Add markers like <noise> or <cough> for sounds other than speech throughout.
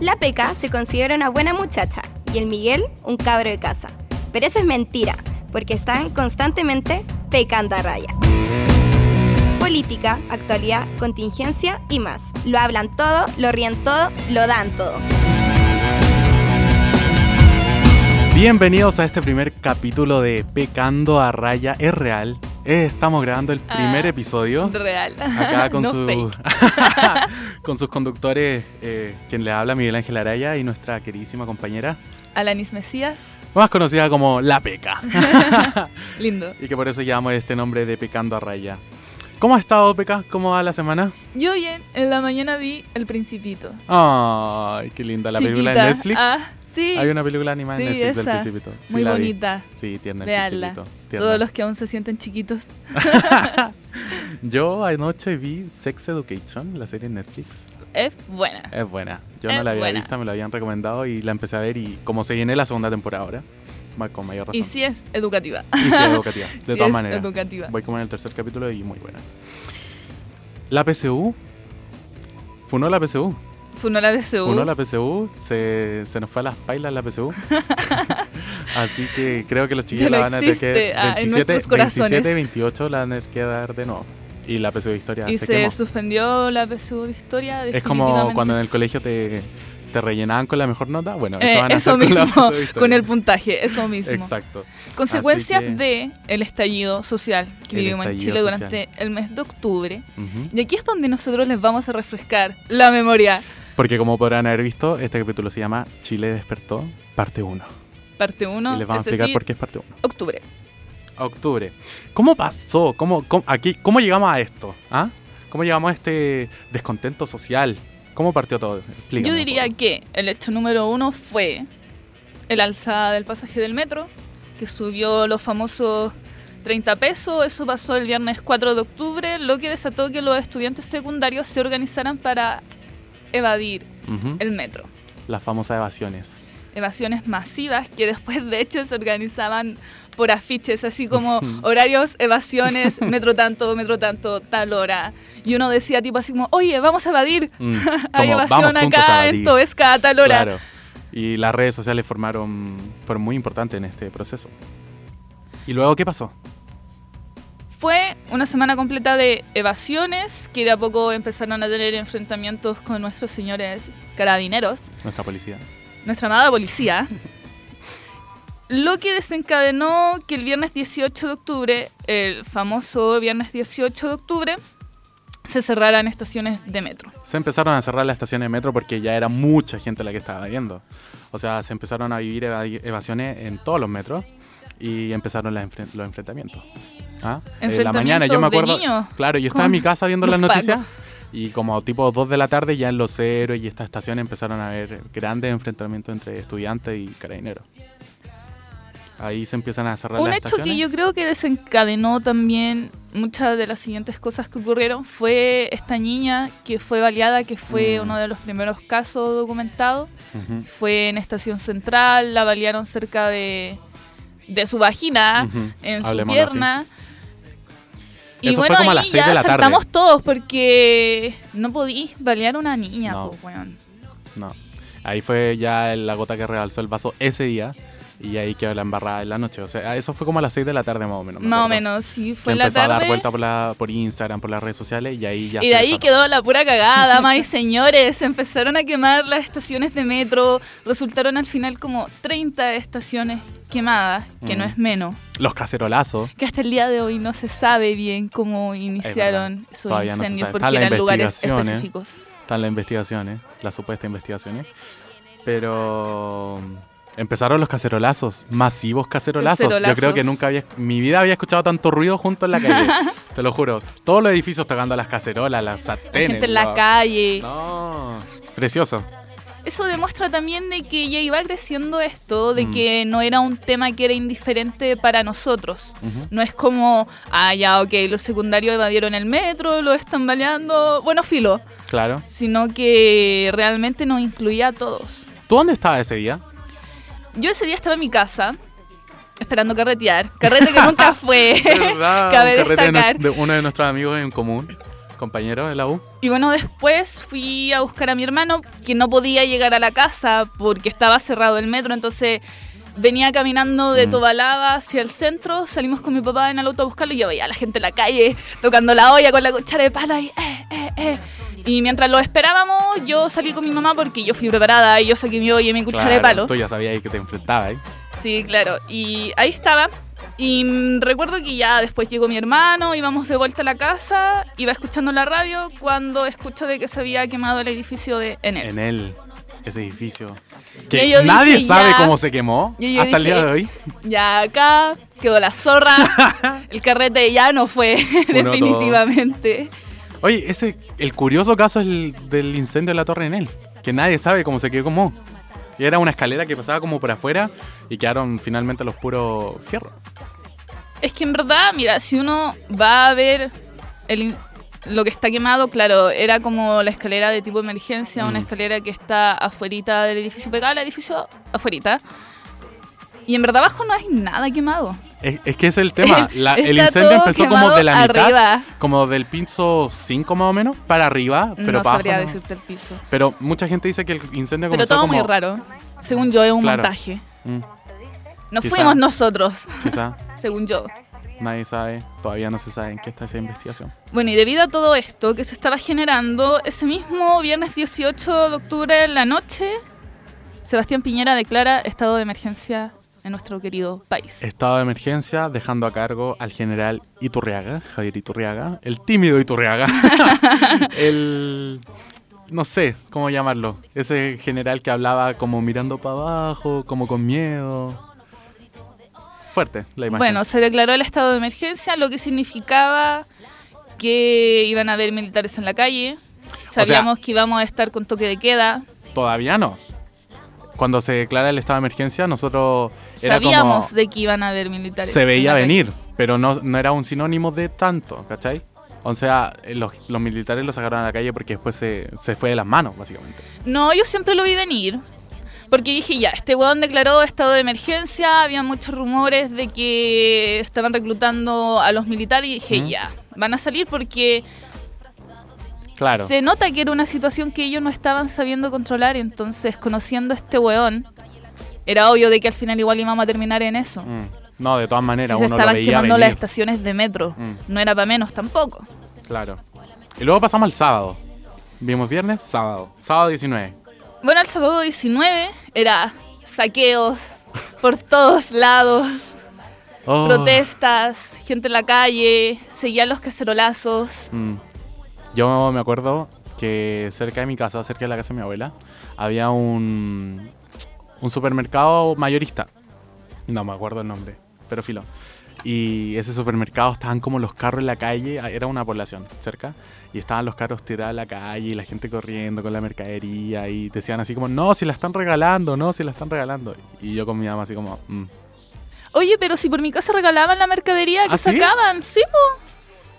La Peca se considera una buena muchacha y el Miguel un cabro de casa. Pero eso es mentira, porque están constantemente pecando a raya. Política, actualidad, contingencia y más. Lo hablan todo, lo ríen todo, lo dan todo. Bienvenidos a este primer capítulo de Pecando a Raya es real. Eh, estamos grabando el primer Ah, episodio Real. <laughs> acá con, No sus, <laughs> fake. con sus conductores, eh, quien le habla Miguel Ángel Araya y nuestra queridísima compañera, Alanis Mesías. más conocida como La Peca, Lindo. y que por eso llevamos este nombre de Pecando a Raya. ¿Cómo ha estado Peca? ¿Cómo va la semana? Yo bien, en la mañana vi El Principito. Ay, qué linda la película de Chiquita. Netflix. Ah, sí. Hay una película animada en Sí, Netflix esa. del Principito. Sí, Muy la vi. bonita. Sí, tierna el Véanla. Principito. tierna. Todos los que aún se sienten chiquitos. Yo anoche vi Sex Education, la serie en Netflix. Es buena. Es buena. Yo Es no la había buena. visto, me la habían recomendado y la empecé a ver y como se viene la segunda temporada ahora, ma- con mayor razón. Y sí es educativa. Y sí, <laughs> educativa, de Sí todas es maneras. educativa. Voy como en el tercer capítulo y muy buena. La PSU. Funó la PSU. Funó la DCU. Funó la PSU. Se, se nos fue a las pailas la <laughs> PSU. Así que creo que los chiquillos no la van a tener que. existe, ah, en nuestros corazones. 27 y 28 la van a tener que dar de nuevo. Y la PSU de historia Y se se, quemó. suspendió la PSU de historia. Es como cuando en definitivamente. el colegio te, te rellenaban con la mejor nota. Bueno, eso Eh, van a eso hacer con la mismo, PSU de historia. con el puntaje, eso mismo. Exacto. Consecuencias Así que- de el estallido social que El vivimos en estallido Chile social. durante el mes de octubre. Ujú. Y aquí es donde nosotros les vamos a refrescar la memoria. Porque como podrán haber visto, este capítulo se llama Chile despertó, parte 1. Parte y 1, les es vamos a explicar decir, por qué es parte 1. octubre. Octubre. ¿Cómo pasó? ¿Cómo, cómo- aquí, ¿cómo llegamos a esto? ¿Ah? ¿Cómo llegamos a este descontento social? ¿Cómo partió todo? Explícame Yo un diría poco. que el hecho número uno fue el alzada del pasaje del metro, que subió los famosos 30 pesos. Eso pasó el viernes 4 de octubre, lo que desató que los estudiantes secundarios se organizaran para evadir Ujú. el metro. Las famosas evasiones. Evasiones masivas que después de hecho se organizaban por afiches, así como Ujú. horarios, <laughs> evasiones, metro tanto, metro tanto, tal hora. Y uno decía tipo así como, oye, vamos a evadir. Mm, <laughs> Hay como, evasión juntos a acá, evadir. esto es cada tal hora. Claro. Y las redes sociales formaron, fueron muy importantes en este proceso. ¿Y luego qué pasó? Fue una semana completa de evasiones que de a poco empezaron a tener enfrentamientos con nuestros señores carabineros, Nuestra policía. nuestra amada policía. Lo que desencadenó que el viernes 18 de octubre, el famoso viernes 18 de octubre, se cerraran estaciones de metro. Se empezaron a cerrar las estaciones de metro porque ya era mucha gente la que estaba viendo. O sea, se empezaron a vivir eva- evasiones en todos los metros y empezaron las enfren- los enfrentamientos. ¿Ah? En la Enfrentamientos mañana, yo me de acuerdo. niños. Claro, yo estaba en Con mi casa viendo los las pacos. noticias y como tipo 2 de la tarde ya en los héroes y estas estaciones empezaron a haber grandes enfrentamientos entre estudiantes y carabineros. Ahí se empiezan a cerrar Un las hecho que estaciones. yo creo que desencadenó también muchas de las siguientes cosas que ocurrieron fue esta niña que fue baleada, que fue Mm. uno de los primeros casos documentados. Ujú, Fue en Estación Central, la balearon cerca de, de su vagina, ujú. Ah, en su Hablemoslo así. pierna. Y Eso fue bueno, como a ahí las seis ya de la tarde. saltamos todos porque no podís balear a una niña, No. po, weón. No. Ahí fue ya la gota que rebalsó el vaso ese día y ahí quedó la embarrada en la noche. O sea, ah, eso fue como a las 6 de la tarde más o menos. me Más o acuerdo. menos, sí, Que fue en la empezó tarde. a dar vuelta por, la, por Instagram, por las redes sociales y ahí ya Y se de ahí desató. quedó la <laughs> pura cagada, más y señores. Empezaron a quemar las estaciones de metro. Resultaron al final como 30 estaciones quemadas, que Mm. no es menos. Los cacerolazos. Que hasta el día de hoy no se sabe bien cómo iniciaron verdad. esos Todavía no se incendios, sabe. porque Está la eran lugares investigación, ¿eh? específicos. Están las investigaciones, las supuestas investigaciones. Pero empezaron los cacerolazos, masivos cacerolazos. Yo Cacerolazos. creo que nunca había, en mi vida había escuchado tanto ruido junto en la calle. <laughs> Te lo juro. Todos los edificios tocando las cacerolas, las La sartenes. gente en la los- calle. No. Precioso. Eso demuestra también de que ya iba creciendo esto, de Mm. que no era un tema que era indiferente para nosotros. No es como, ah, ya, ok, los secundarios evadieron el metro, lo están baleando. Bueno, filo. Claro. sino que realmente nos incluía a todos. ¿Tú dónde estabas ese día? Yo ese día estaba en mi casa <laughs> esperando carretear, carrete que nunca fue. ¿Verdad? <laughs> <laughs> Cabe Un carrete de nu- destacar. de uno de nuestros amigos en común. compañeros de la U. Y bueno, después fui a buscar a mi hermano, que no podía llegar a la casa porque estaba cerrado el metro, entonces venía caminando de Mm. Tobalaba hacia el centro, salimos con mi papá en el auto a buscarlo y yo veía a la gente en la calle tocando la olla con la cuchara de palo ahí, eh, eh, eh. Y mientras lo esperábamos, yo salí con mi mamá porque yo fui preparada y yo saqué mi olla y mi cuchara de Claro, palo. Tú ya sabías ahí que te <laughs> enfrentabas, ¿eh? Sí, claro. Y ahí estaba. Y mm, recuerdo que ya después llegó mi hermano, íbamos de vuelta a la casa, iba escuchando la radio cuando escucho de que se había quemado el edificio de Enel. en él, ese edificio. Y Que yo nadie dije, sabe ya. cómo se quemó Y yo hasta el dije, día de hoy. Ya acá quedó la <laughs> zorra, el carrete ya no fue, <laughs> Uno, dos. definitivamente. Oye, ese, el curioso caso es el del incendio de la torre en él, que nadie sabe cómo se quemó. Y era una escalera que pasaba como por afuera y quedaron finalmente los puros fierros. Es que en verdad, mira, si uno va a ver el in- lo que está quemado, claro, era como la escalera de tipo emergencia, una Mm. escalera que está afuerita del edificio, pegada al edificio afuerita. Y en verdad abajo no hay nada quemado. Es, es que ese es el <laughs> tema. La- el Está incendio todo empezó como quemado de la mitad, arriba. como del piso 5 más o menos, para arriba, pero no para sabría abajo no. decirte el piso. Pero mucha gente dice que el incendio Pero comenzó todo como... muy raro. Según yo, es un Claro. montaje. Mm, Nos Quizá. fuimos nosotros, quizá según yo. nadie sabe, todavía no se sabe en qué está esa investigación. Bueno, y debido a todo esto que se estaba generando, ese mismo viernes 18 de octubre en la noche, Sebastián Piñera declara estado de emergencia en nuestro querido país. Estado de emergencia dejando a cargo al general Iturriaga, Javier Iturriaga, el tímido Iturriaga, <laughs> el... no sé cómo llamarlo, ese general que hablaba como mirando para abajo, como con miedo. Fuerte la imagen. Bueno, se declaró el estado de emergencia, lo que significaba que iban a haber militares en la calle. sea- Sabíamos que íbamos a estar con toque de queda. Todavía no. Cuando se declara el estado de emergencia, nosotros era Sabíamos como de que iban a haber militares. se en la veía calle. venir, pero no, no era un sinónimo de tanto, ¿cachai? O sea, eh, los, los militares lo sacaron a la calle porque después se, se fue de las manos, básicamente. No, yo siempre lo vi venir. Porque dije, ya, este weón declaró estado de emergencia, había muchos rumores de que estaban reclutando a los militares y dije, Ujú. ya, van a salir porque Claro. se nota que era una situación que ellos no estaban sabiendo controlar, entonces conociendo a este weón, era obvio de que al final igual íbamos a terminar en eso. Mm. No, de todas maneras, Si se uno lo estaban veía quemando las venir. estaciones de metro, Mm. no era para menos tampoco. Claro. Y luego pasamos al sábado. Vimos viernes, sábado. Sábado 19. Bueno, el sábado 19 era saqueos por todos lados. Oh. protestas, gente en la calle, seguían los cacerolazos. Mm. Yo me acuerdo que cerca de mi casa, cerca de la casa de mi abuela, había un, un supermercado mayorista. No me acuerdo el nombre, pero filo. Y ese supermercado estaban como los carros en la calle, ah, era una población cerca, y estaban los carros tirados en la calle y la gente corriendo con la mercadería y decían así como, no, si la están regalando, no, si la están regalando. Y yo con mi mamá así como, "Mm". Oye, pero si por mi casa regalaban la mercadería que ¿Ah, sí? sacaban, sí, po.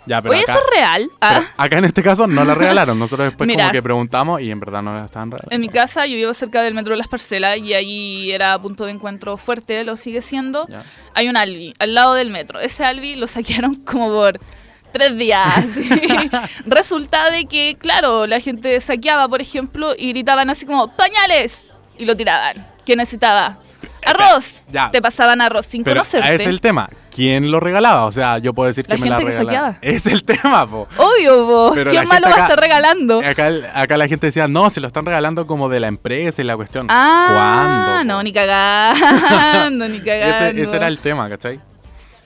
ya, pero... Oye, acá, eso es real. Ah, pero acá en este caso no la regalaron, nosotros después Mira. como que preguntamos y en verdad no la estaban regalando. en mi casa yo vivo cerca del metro de las parcelas y ahí era punto de encuentro fuerte, lo sigue siendo. Ya. Hay un Albi al lado del metro. Ese Albi lo saquearon <laughs> como por tres días. <laughs> Resulta de que, claro, la gente saqueaba, por ejemplo, y gritaban así como ¡Pañales! Y lo tiraban. ¿Quién necesitaba? ¡Arroz! Ya. Te pasaban arroz sin Pero ese conocerte. es el tema. ¿Quién lo regalaba? O sea, yo puedo decir La que me la gente que regalaba. saqueaba. Es el tema, <laughs> po. Obvio, vos. Pero ¿Quién la más lo gente acá- Eh, va a estar regalando? Acá, el- acá la gente decía, no, se lo están regalando como de la empresa y la cuestión. Ah, ¿Cuándo, po? no, <laughs> ni cagando, ni Y ese- cagando. Ese, era el tema, ¿cachai?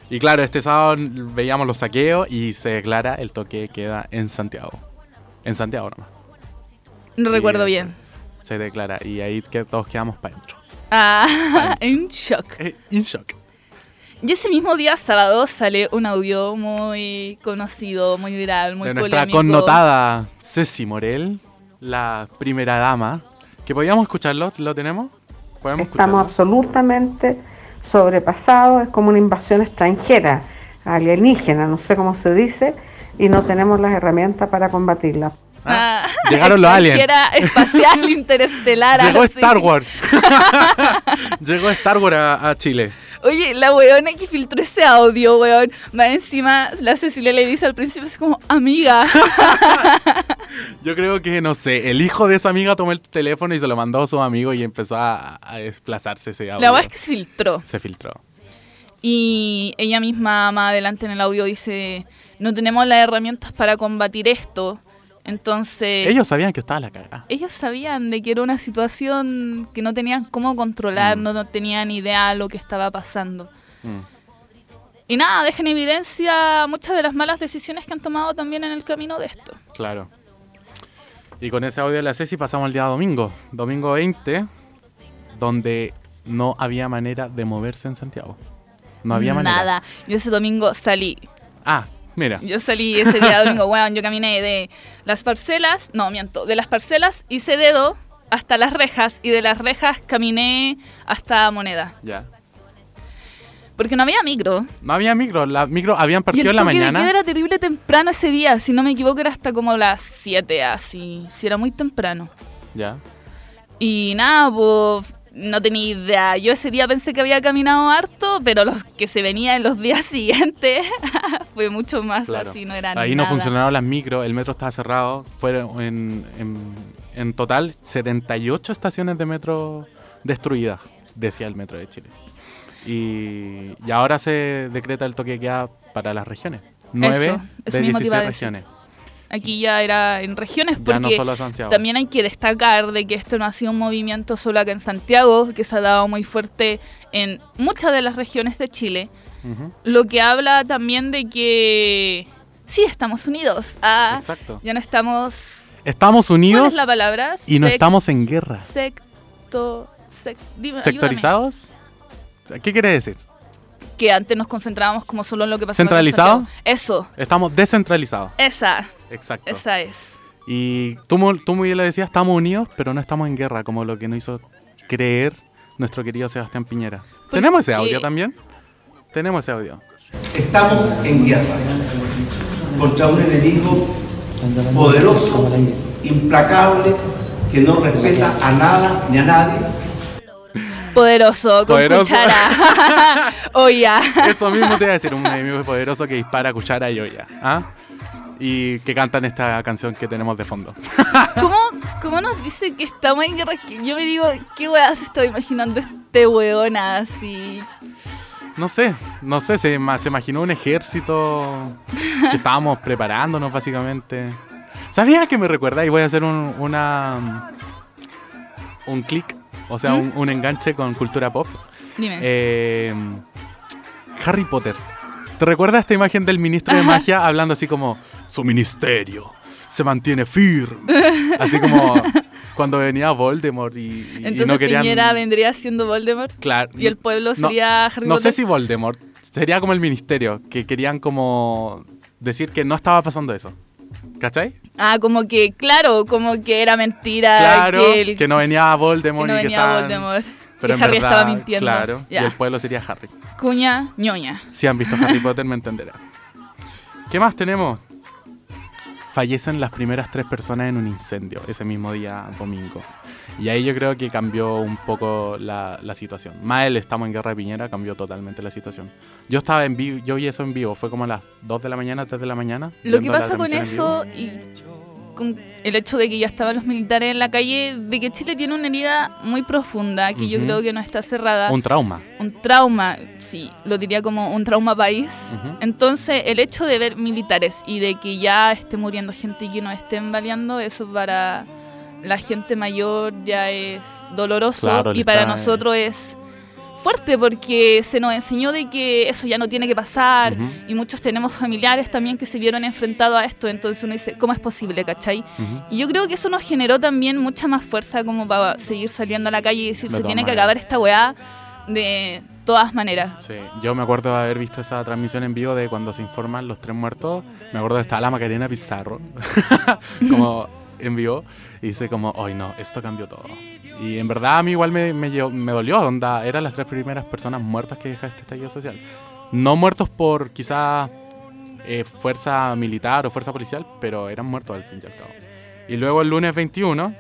Y claro, este sábado veíamos los saqueos y se declara el toque de queda en Santiago. En Santiago nomás. No Y, recuerdo eh, bien. Se declara y ahí que todos quedamos para dentro. Ah, <laughs> en shock. Eh, in shock. Y ese mismo día, sábado, sale un audio muy conocido, muy viral, muy de nuestra polémico. connotada Ceci Morel, la primera dama. Que podíamos escucharlo, ¿lo tenemos? Podemos Estamos escucharlo. absolutamente sobrepasados, es como una invasión extranjera, alienígena, no sé cómo se dice, y no tenemos las herramientas para combatirla. Ah, Ah, llegaron <laughs> los aliens. extranjera, <laughs> espacial, interestelar. Llegó así. Star Wars. Llegó Star Wars a, a Chile. Oye, la weona que filtró ese audio, weón. Más encima, la Cecilia le dice al principio, es como, <laughs> amiga. Ah, Yo creo que, no sé, el hijo de esa amiga tomó el teléfono y se lo mandó a su amigo y empezó a, a desplazarse ese audio. La weá es que se filtró. Se filtró. Y ella misma más adelante en el audio dice, no tenemos las herramientas para combatir esto. Entonces, Ellos sabían que estaba la cagada. ellos sabían de que era una situación que no tenían cómo controlar, Mm. no, no tenían idea de lo que estaba pasando. Mm. Y nada, deja en evidencia muchas de las malas decisiones que han tomado también en el camino de esto. Claro. Y con ese audio de la Ceci pasamos al día domingo, domingo 20, donde no había manera de moverse en Santiago. No había manera. Nada. Yo ese domingo salí. Ah, mira. Yo salí ese <laughs> día domingo, weón, yo caminé de las parcelas, no, miento, de las parcelas hice dedo hasta las rejas y de las rejas caminé hasta Moneda. Ya. Porque no había micro. No había micro, la micro habían Y partido el en la toque de queda mañana. era terrible temprano ese día, si no me equivoco era hasta como las 7, así, si era muy temprano. Ya. Y nada, pues no tenía idea. Yo ese día pensé que había caminado harto, pero los que se venían en los días <laughs> siguientes fue mucho <laughs> más Claro. así, no eran Ahí no nada. funcionaron las micros, el metro estaba cerrado. Fueron en, en, en total 78 estaciones de metro destruidas, decía el metro de Chile. Y, y ahora se decreta el toque de queda para las regiones. 9 eso de mismo te iba a 16 decir. regiones. Aquí ya era en regiones Ya no porque solo Santiago. también hay que destacar de que esto no ha sido un movimiento solo acá en Santiago, que se ha dado muy fuerte en muchas de las regiones de Chile, Ujú, lo que habla también de que sí estamos unidos. Ah, Exacto. ya no estamos Estamos ¿Cuál unidos es la palabra? y no Sec- estamos en guerra. secto- sec- dime, ¿Sectorizados? ¿Qué quiere decir? ayúdame. Que antes nos concentrábamos como solo en lo que pasaba. ¿Centralizado? acá en Santiago. Eso, Estamos descentralizados. esa, Exacto. esa es. Y tú, mu- tú muy bien le decías, estamos unidos, pero no estamos en guerra, como lo que nos hizo creer nuestro querido Sebastián Piñera. Porque- ¿Tenemos ese audio también? Tenemos ese audio. Estamos en guerra contra un enemigo poderoso, implacable, que no respeta a nada ni a nadie. Poderoso, con Poderoso. <laughs> cuchara. Oye, Eso mismo te iba a decir, un enemigo poderoso que dispara cuchara y olla. ¿ah? Y que cantan esta canción que tenemos de fondo. ¿cómo, ¿cómo nos dice que estamos en guerra? Que Yo me digo, ¿qué weá se está imaginando este weón así? No sé, no sé, se, ima- se imaginó un ejército que estábamos preparándonos básicamente. ¿Sabías que me recuerda? Y voy a hacer un, una, un clic, o sea, un, un enganche con cultura pop. Dime. Eh, Harry Potter. ¿Te recuerdas esta imagen del ministro de magia hablando así como, su ministerio se mantiene firme? Así como cuando venía Voldemort y, y- y Entonces no querían... Piñera vendría siendo Voldemort Claro. y el pueblo No, sería Harry no Potter. sé si Voldemort. Sería como el ministerio, que querían como decir que no estaba pasando eso. ¿Cachai? Ah, como que, claro, como que era mentira. Claro, que que, el- no venía Voldemort que no y que venía estaban- Voldemort. <laughs> Pero en que Harry verdad, estaba mintiendo. Claro, Ya. y el pueblo sería Harry. Cuña, ñoña. Si han visto Harry Potter me entenderán. ¿Qué más tenemos? Fallecen las primeras tres personas en un incendio ese mismo día domingo. Y ahí yo creo que cambió un poco la, la situación. Más el estamos en guerra de Piñera cambió totalmente la situación. Yo estaba en vivo, yo vi eso en vivo, fue como a las 2 de la mañana, 3 de la mañana. Lo que viendo la pasa con transmisión en eso y con el hecho de que ya estaban los militares en la calle, de que Chile tiene una herida muy profunda, que yo Ujú. creo que no está cerrada. vivo. Un trauma. un trauma, sí, lo diría como un trauma país. Ujú. Entonces, el hecho de ver militares y de que ya esté muriendo gente y que nos estén baleando, eso para la gente mayor ya es doloroso Claro, y le para trae- nosotros es fuerte porque se nos enseñó de que eso ya no tiene que pasar Ujú. y muchos tenemos familiares también que se vieron enfrentados a esto, entonces uno dice, ¿cómo es posible, cachai? Ujú. Y yo creo que eso nos generó también mucha más fuerza como para seguir saliendo a la calle y decir, De se todas tiene que maneras. acabar esta weá de todas maneras. Sí, yo me acuerdo de haber visto esa transmisión en vivo de cuando se informan los tres muertos. Me acuerdo de estar la Macarena Pizarro, <laughs> como en vivo, y dice como, hoy no, esto cambió todo. Y en verdad a mí igual me, me, llevó- me dolió, onda, eran las tres primeras personas muertas que deja este estallido social. No muertos por quizás eh, fuerza militar o fuerza policial, pero eran muertos al fin y al cabo. Y luego el lunes 21,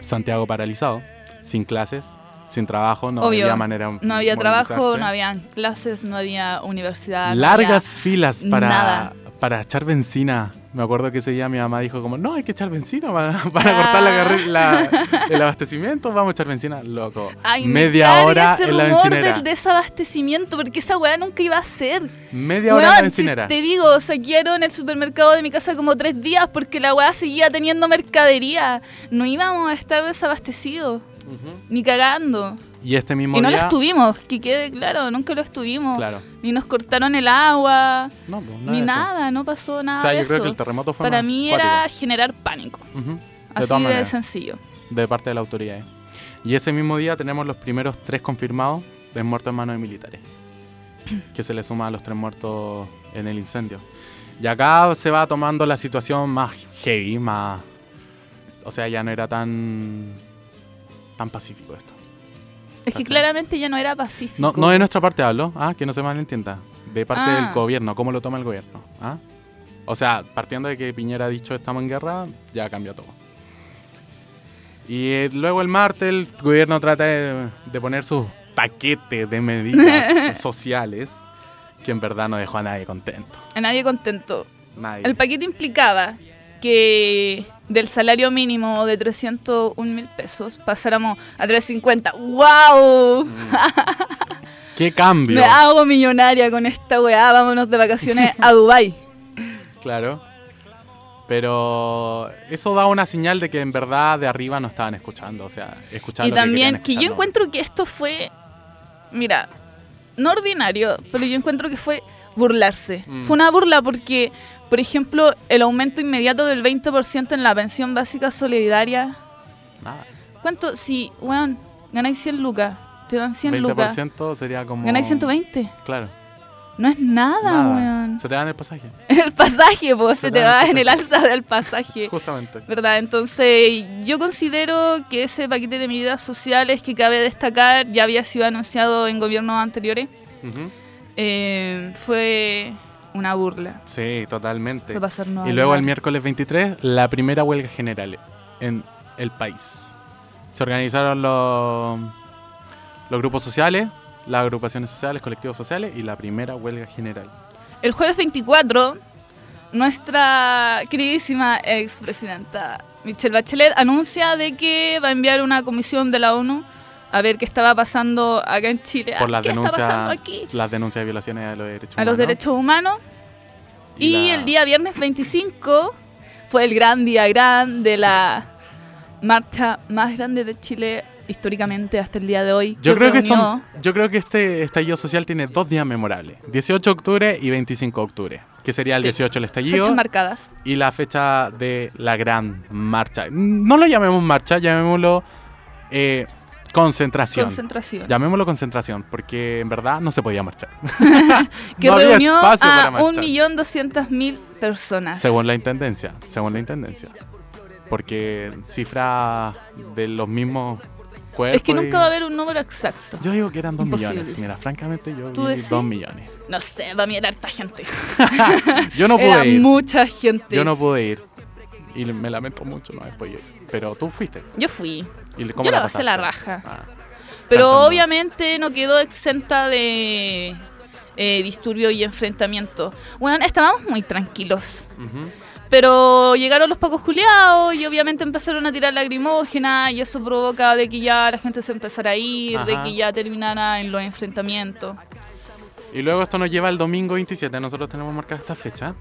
Santiago paralizado, sin clases, sin trabajo, no Obvio. había manera. de no había trabajo, movilizarse. no habían clases, no había universidad. no Largas había- filas para, nada. para echar benzina. Me acuerdo que ese día mi mamá dijo como, no, hay que echar benzina para, <laughs> para Ah. cortar la carre- la- el abastecimiento, vamos a echar benzina, loco. Ay, me media carga hora ese en la rumor bencinera. del desabastecimiento, porque esa weá nunca iba a ser. Media hora en la Weón, si bencinera. te digo, saquearon el supermercado de mi casa como tres días porque la weá seguía teniendo mercadería. No íbamos a estar desabastecidos, Ujú. ni cagando. Y este mismo Y no lo día... estuvimos, que quede claro, nunca lo estuvimos. Claro. Ni nos cortaron el agua, No, pues, ni de eso. nada, no pasó nada. O sea, de yo creo eso. que el terremoto fue Para más mí cuático. era generar pánico, Ujú. De así todas de maneras, sencillo. de parte de las autoridades. Y ese mismo día tenemos los primeros tres confirmados de muertos en manos de militares, que se le suma a los tres muertos en el incendio. Y acá se va tomando la situación más heavy, más... O sea, ya no era tan... tan pacífico esto. Es que claramente ya no era pacífico. No, no de nuestra parte hablo, ah, que no se malentienda. De parte Ah. del gobierno, cómo lo toma el gobierno. ¿ah? O sea, partiendo de que Piñera ha dicho estamos en guerra, ya cambió todo. Y eh, luego el martes el gobierno trata de, de poner sus paquetes de medidas <laughs> sociales, que en verdad no dejó a nadie contento. A nadie contento. Nadie. El paquete implicaba que del salario mínimo de 301 mil pesos pasáramos a 350. ¡Wow! Mm, ¿Qué cambio? Me hago millonaria con esta weá. Vámonos de vacaciones a Dubai. Claro. Pero eso da una señal de que en verdad de arriba no estaban escuchando. O sea, escuchaban Y lo que querían también que yo escuchar, no. encuentro que esto fue, mira, no ordinario, pero yo encuentro que fue burlarse. Mm. Fue una burla porque, por ejemplo, el aumento inmediato del 20% en la pensión básica solidaria. Nada. ¿Cuánto? Si, weón, ganáis 100 lucas, te dan 100 lucas. 20% sería como. Ganáis 120. Claro. No es nada, nada. weón. Se te dan el pasaje. <laughs> El pasaje, pues, se Se te te va dan en el alza del pasaje. Justamente. ¿Verdad? Entonces, yo considero que ese paquete de medidas sociales que cabe destacar ya había sido anunciado en gobiernos anteriores. Ujú. eh, fue una burla. Sí, totalmente. Fue pasarnos Y al luego el bar. miércoles 23, la primera huelga general en el país. Se organizaron los, los grupos sociales, las agrupaciones sociales, colectivos sociales y la primera huelga general. El jueves 24, nuestra queridísima expresidenta Michelle Bachelet anuncia de que va a enviar una comisión de la ONU a ver qué estaba pasando acá en Chile. Por las ¿Qué está pasando denuncias, aquí? las denuncias de violaciones a los derechos A los humanos. derechos humanos. Y la- el día viernes 25 fue el gran día gran de la marcha más grande de Chile históricamente hasta el día de hoy. Yo creo, que son, reunió- yo creo que este estallido social tiene dos días memorables, 18 de octubre y 25 de octubre, que sería el Sí. 18 el estallido Fechas marcadas. y la fecha de la gran marcha. No lo llamemos marcha, llamémoslo eh, concentración. Concentración. llamémoslo concentración, porque en verdad no se podía marchar. <laughs> que No había reunió espacio para a marchar. 1.200.000 personas. Según la intendencia, según la intendencia. Porque cifra de los mismos cuerpos. es que y- nunca va a haber un número exacto. Yo digo que eran dos Imposible. millones. Mira, francamente yo ¿Tú vi decís? dos millones. <laughs> No sé, va a mirar harta gente. Yo no pude Era ir. mucha gente. Yo no pude ir. Y me lamento mucho no haber podido ir. Pero tú fuiste. Yo fui. ¿Y cómo Yo la la pasé pasaste? la raja. Ah, Pero Cantando. obviamente no quedó exenta de eh, disturbio y enfrentamiento. Bueno, estábamos muy tranquilos. ujú. Pero llegaron los pacos juliados y obviamente empezaron a tirar lagrimógena y eso provoca de que ya la gente se empezara a ir, de Ajá. que ya terminara en los enfrentamientos. <laughs> Y luego esto nos lleva al domingo 27. Nosotros tenemos marcada esta fecha.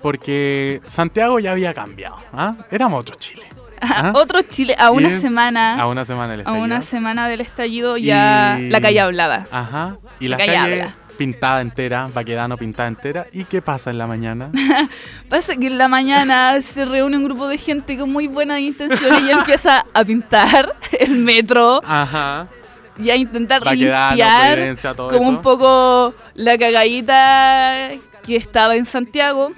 Porque Santiago ya había cambiado. ¿ah? Éramos otro <laughs> Chile. ¿ah? Otro Chile, a una Y semana, A a, una semana el una estallido. semana del estallido ya Y- la calle hablaba. Ajá. Y las Acá ya calles habla. pintada entera, Baquedano pintada entera. ¿Y qué pasa en la <laughs> mañana? Pasa que en la mañana se reúne un grupo de gente con muy buenas intenciones y <laughs> empieza a pintar el metro Ajá. y a intentar Baquedano, limpiar Providencia, todo como eso. un poco la cagadita que estaba en Santiago.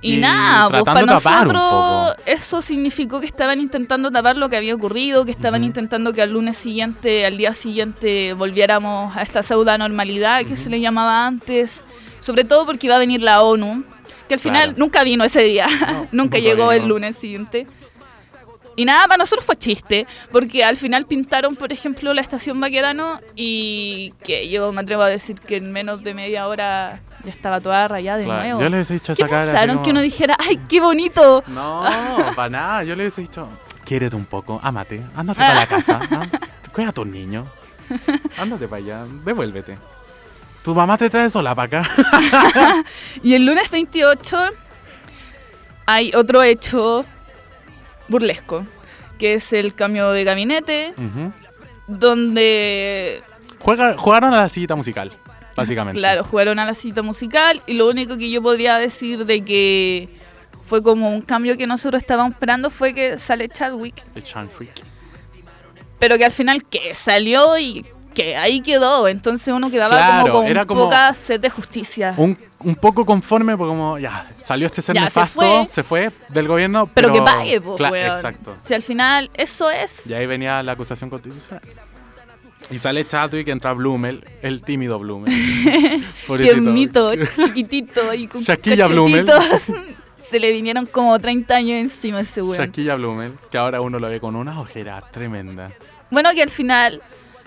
Y, Y nada, pues para tratando de tapar un nosotros poco. eso significó que estaban intentando tapar lo que había ocurrido, que estaban Ujú. intentando que al lunes siguiente, al día siguiente, volviéramos a esta pseudo normalidad que se le llamaba antes, sobre todo porque iba a venir la ONU, que al final Claro. <laughs> nunca vino ese día, No, nunca nunca llegó el vino. lunes siguiente. Y nada, para nosotros fue chiste, porque al final pintaron, por ejemplo, la estación Baquedano y que yo me atrevo a decir que en menos de media hora ya estaba toda rayada de Claro, nuevo. yo les he dicho ¿Qué esa cara así pensaron como- que uno dijera, ay, qué bonito? No, <laughs> para nada. Yo le hubiese dicho, quiérete un poco, amate, ándate para la <laughs> casa, ah, cuida a tus niños, ándate para allá, devuélvete. Tu mamá te trae sola para acá. Y el lunes 28 hay otro hecho burlesco, que es el cambio de gabinete, Ujú. donde, <laughs> Juega- jugaron a la sillita musical, básicamente. claro, jugaron a la cita musical y lo único que yo podría decir de que fue como un cambio que nosotros estábamos esperando fue que sale Chadwick, El Shanshui. pero que al final que salió y que ahí quedó, entonces uno quedaba Claro, como con era como- poca sed de justicia. Un, un poco conforme, porque como ya salió este ser Ya, se nefasto, fue. se fue. del gobierno. Pero, Pero, que pague, po, Cla- weón. Exacto. Si al final eso es, Y ahí venía la acusación constitucional. Y sale Chadwick que entra Blumel, el tímido <laughs> Blumel. Pobrecito. <laughs> tiernito, chiquitito y con Shaquilla Blumel. cachetitos. <laughs> Se le vinieron como 30 años encima a ese weón. Shaquilla Blumel, que ahora uno lo ve con una ojera tremenda. Bueno, que al final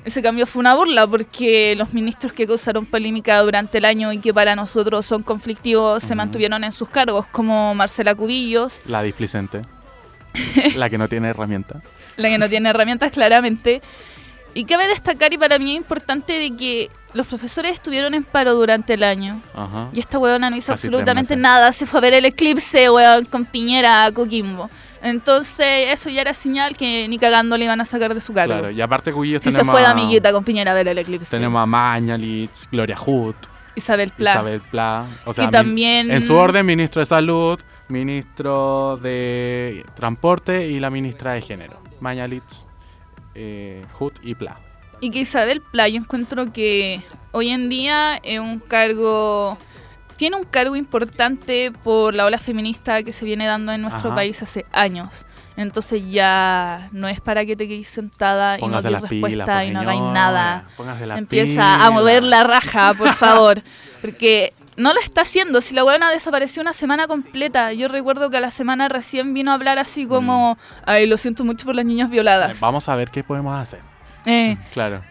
ese cambio fue una burla porque los ministros que causaron polémica durante el año y que para nosotros son conflictivos se Ujú. mantuvieron en sus cargos, como Marcela Cubillos, La <laughs> displicente. la que no tiene herramienta. la que no tiene herramientas <laughs> claramente. Y cabe destacar, y para mí es importante, de que los profesores estuvieron en paro durante el año. Ajá. Y esta weona no hizo Casi tres absolutamente meses. nada. Se fue a ver el eclipse, weón, con Piñera a Coquimbo. Entonces, eso ya era señal que ni cagando le iban a sacar de su cargo. Claro, y aparte Cuyo si se tenemos, fue de a- amiguita con Piñera a ver el eclipse. tenemos a Mañalich, Gloria Hood, Isabel Pla. Isabel Pla. O sea, Y min- también- En su orden, ministro de Salud, ministro de Transporte y la ministra de Género. Mañalich, eh, Hood y Pla. Y que Isabel Pla, yo encuentro que hoy en día es un cargo. Tiene un cargo importante por la ola feminista que se viene dando en nuestro Ajá. país hace años. Entonces ya no es para que te quedes sentada y no Póngase des las pilas, respuesta pues, y no hagáis señora, nada. Póngase las Empieza pilas. Eh, a mover la raja, por favor. Porque no la está haciendo. Si la huevona desapareció una semana completa. Yo recuerdo que a la semana recién vino a hablar así Mm. como, ay, lo siento mucho por las niñas Eh, violadas. Vamos a ver qué podemos hacer. Eh, Claro.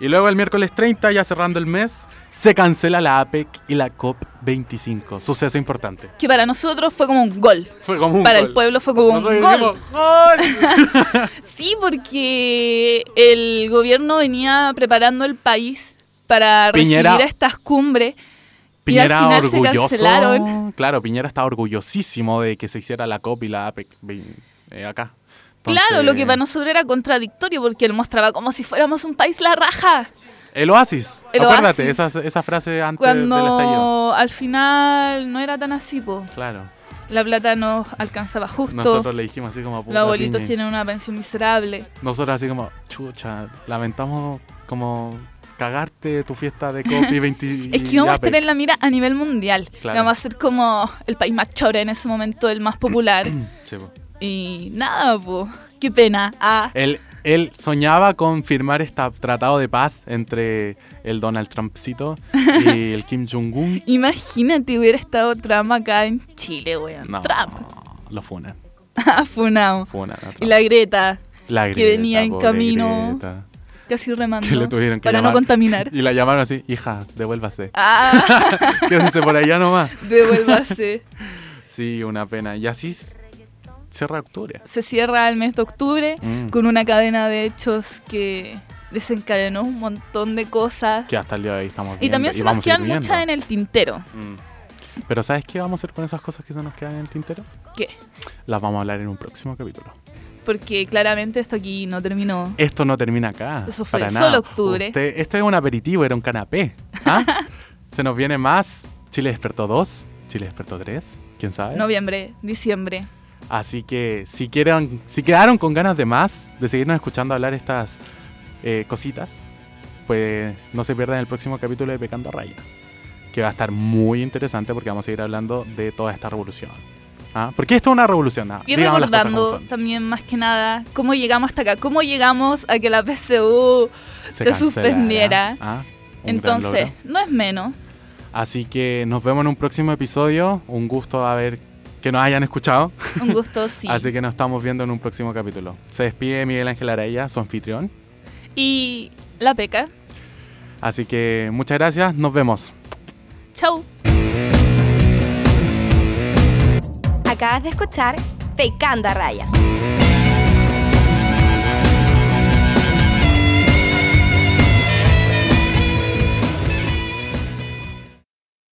Y luego el miércoles 30, ya cerrando el mes, se cancela la APEC y la COP25. Suceso importante. que para nosotros fue como un gol. Fue como un para gol. el pueblo fue como Nosotros un gol. dijimos, ¡Gol! Sí, porque el gobierno venía preparando el país para Piñera- recibir a estas cumbres. Piñera final se orgulloso. cancelaron. Claro, Piñera está orgullosísimo de que se hiciera la COP y la APEC ve- eh, acá. Claro, lo que para Entonces, nosotros era contradictorio porque él mostraba como si fuéramos un país la raja. El oasis. El Acuérdate, oasis. Esa, esa frase antes del estallido. Cuando al final no era tan así, po. Claro. La plata nos alcanzaba justo. Nosotros le dijimos así como... Los "Puta, abuelitos Piñe". tienen una pensión miserable. Nosotros así como, chucha, lamentamos como cagarte tu fiesta de copy 20 y <laughs> Es que vamos a Apex". tener la mira a nivel mundial. Claro. Vamos a ser como el país más chore en ese momento, el más <clears throat> popular. Mm, Sí, po. y nada, po. Qué pena. Ah, él, él soñaba con firmar este tratado de paz entre el Donald Trumpcito y el Kim Jong-un. imagínate hubiera estado Trump acá en Chile, weón. No, Trump. <laughs> lo funan. Ah, funao. funan a Trump. Y la Greta, La que Greta, venía en pobre camino. Greta, casi remando. que le tuvieron que para llamar. no <laughs> contaminar. Y la llamaron así, hija, devuélvase. ah, <laughs> Quédense por allá nomás. devuélvase. Sí, una pena. Y así s- cierra octubre. se cierra el mes de octubre Mm. con una cadena de hechos que desencadenó un montón de cosas. Que hasta el día de hoy estamos viendo. Y también se nos vamos a quedan seguir muchas en viendo. el tintero. Mm. Pero ¿sabes qué vamos a hacer con esas cosas que se nos quedan en el tintero? ¿Qué? Las vamos a hablar en un próximo capítulo. Porque claramente esto aquí no terminó. Esto no termina acá. Eso fue para solo nada. octubre. Usted- esto es un aperitivo, era un canapé. <laughs> ¿ah? se nos viene más. Chile despertó 2, Chile despertó 3, quién sabe. Noviembre, diciembre. Así que si, quieren, si quedaron con ganas de más, de seguirnos escuchando hablar estas eh, cositas, pues no se pierdan el próximo capítulo de Pecando a Raya, que va a estar muy interesante porque vamos a seguir hablando de toda esta revolución. ¿Ah? Porque esto es una revolución. ah, Y digamos las cosas como recordando son. también más que nada cómo llegamos hasta acá, cómo llegamos a que la PSU se cancelará, suspendiera. ah, un gran logro. entonces no es menos. Así que nos vemos en un próximo episodio. Un gusto haber que nos hayan escuchado. <laughs> Un gusto, sí. Así que nos estamos viendo en un próximo capítulo. Se despide Miguel Ángel Araya, su anfitrión. Y la peca. Así que muchas gracias, nos vemos. Chau. Acabas de escuchar Pecando a Raya.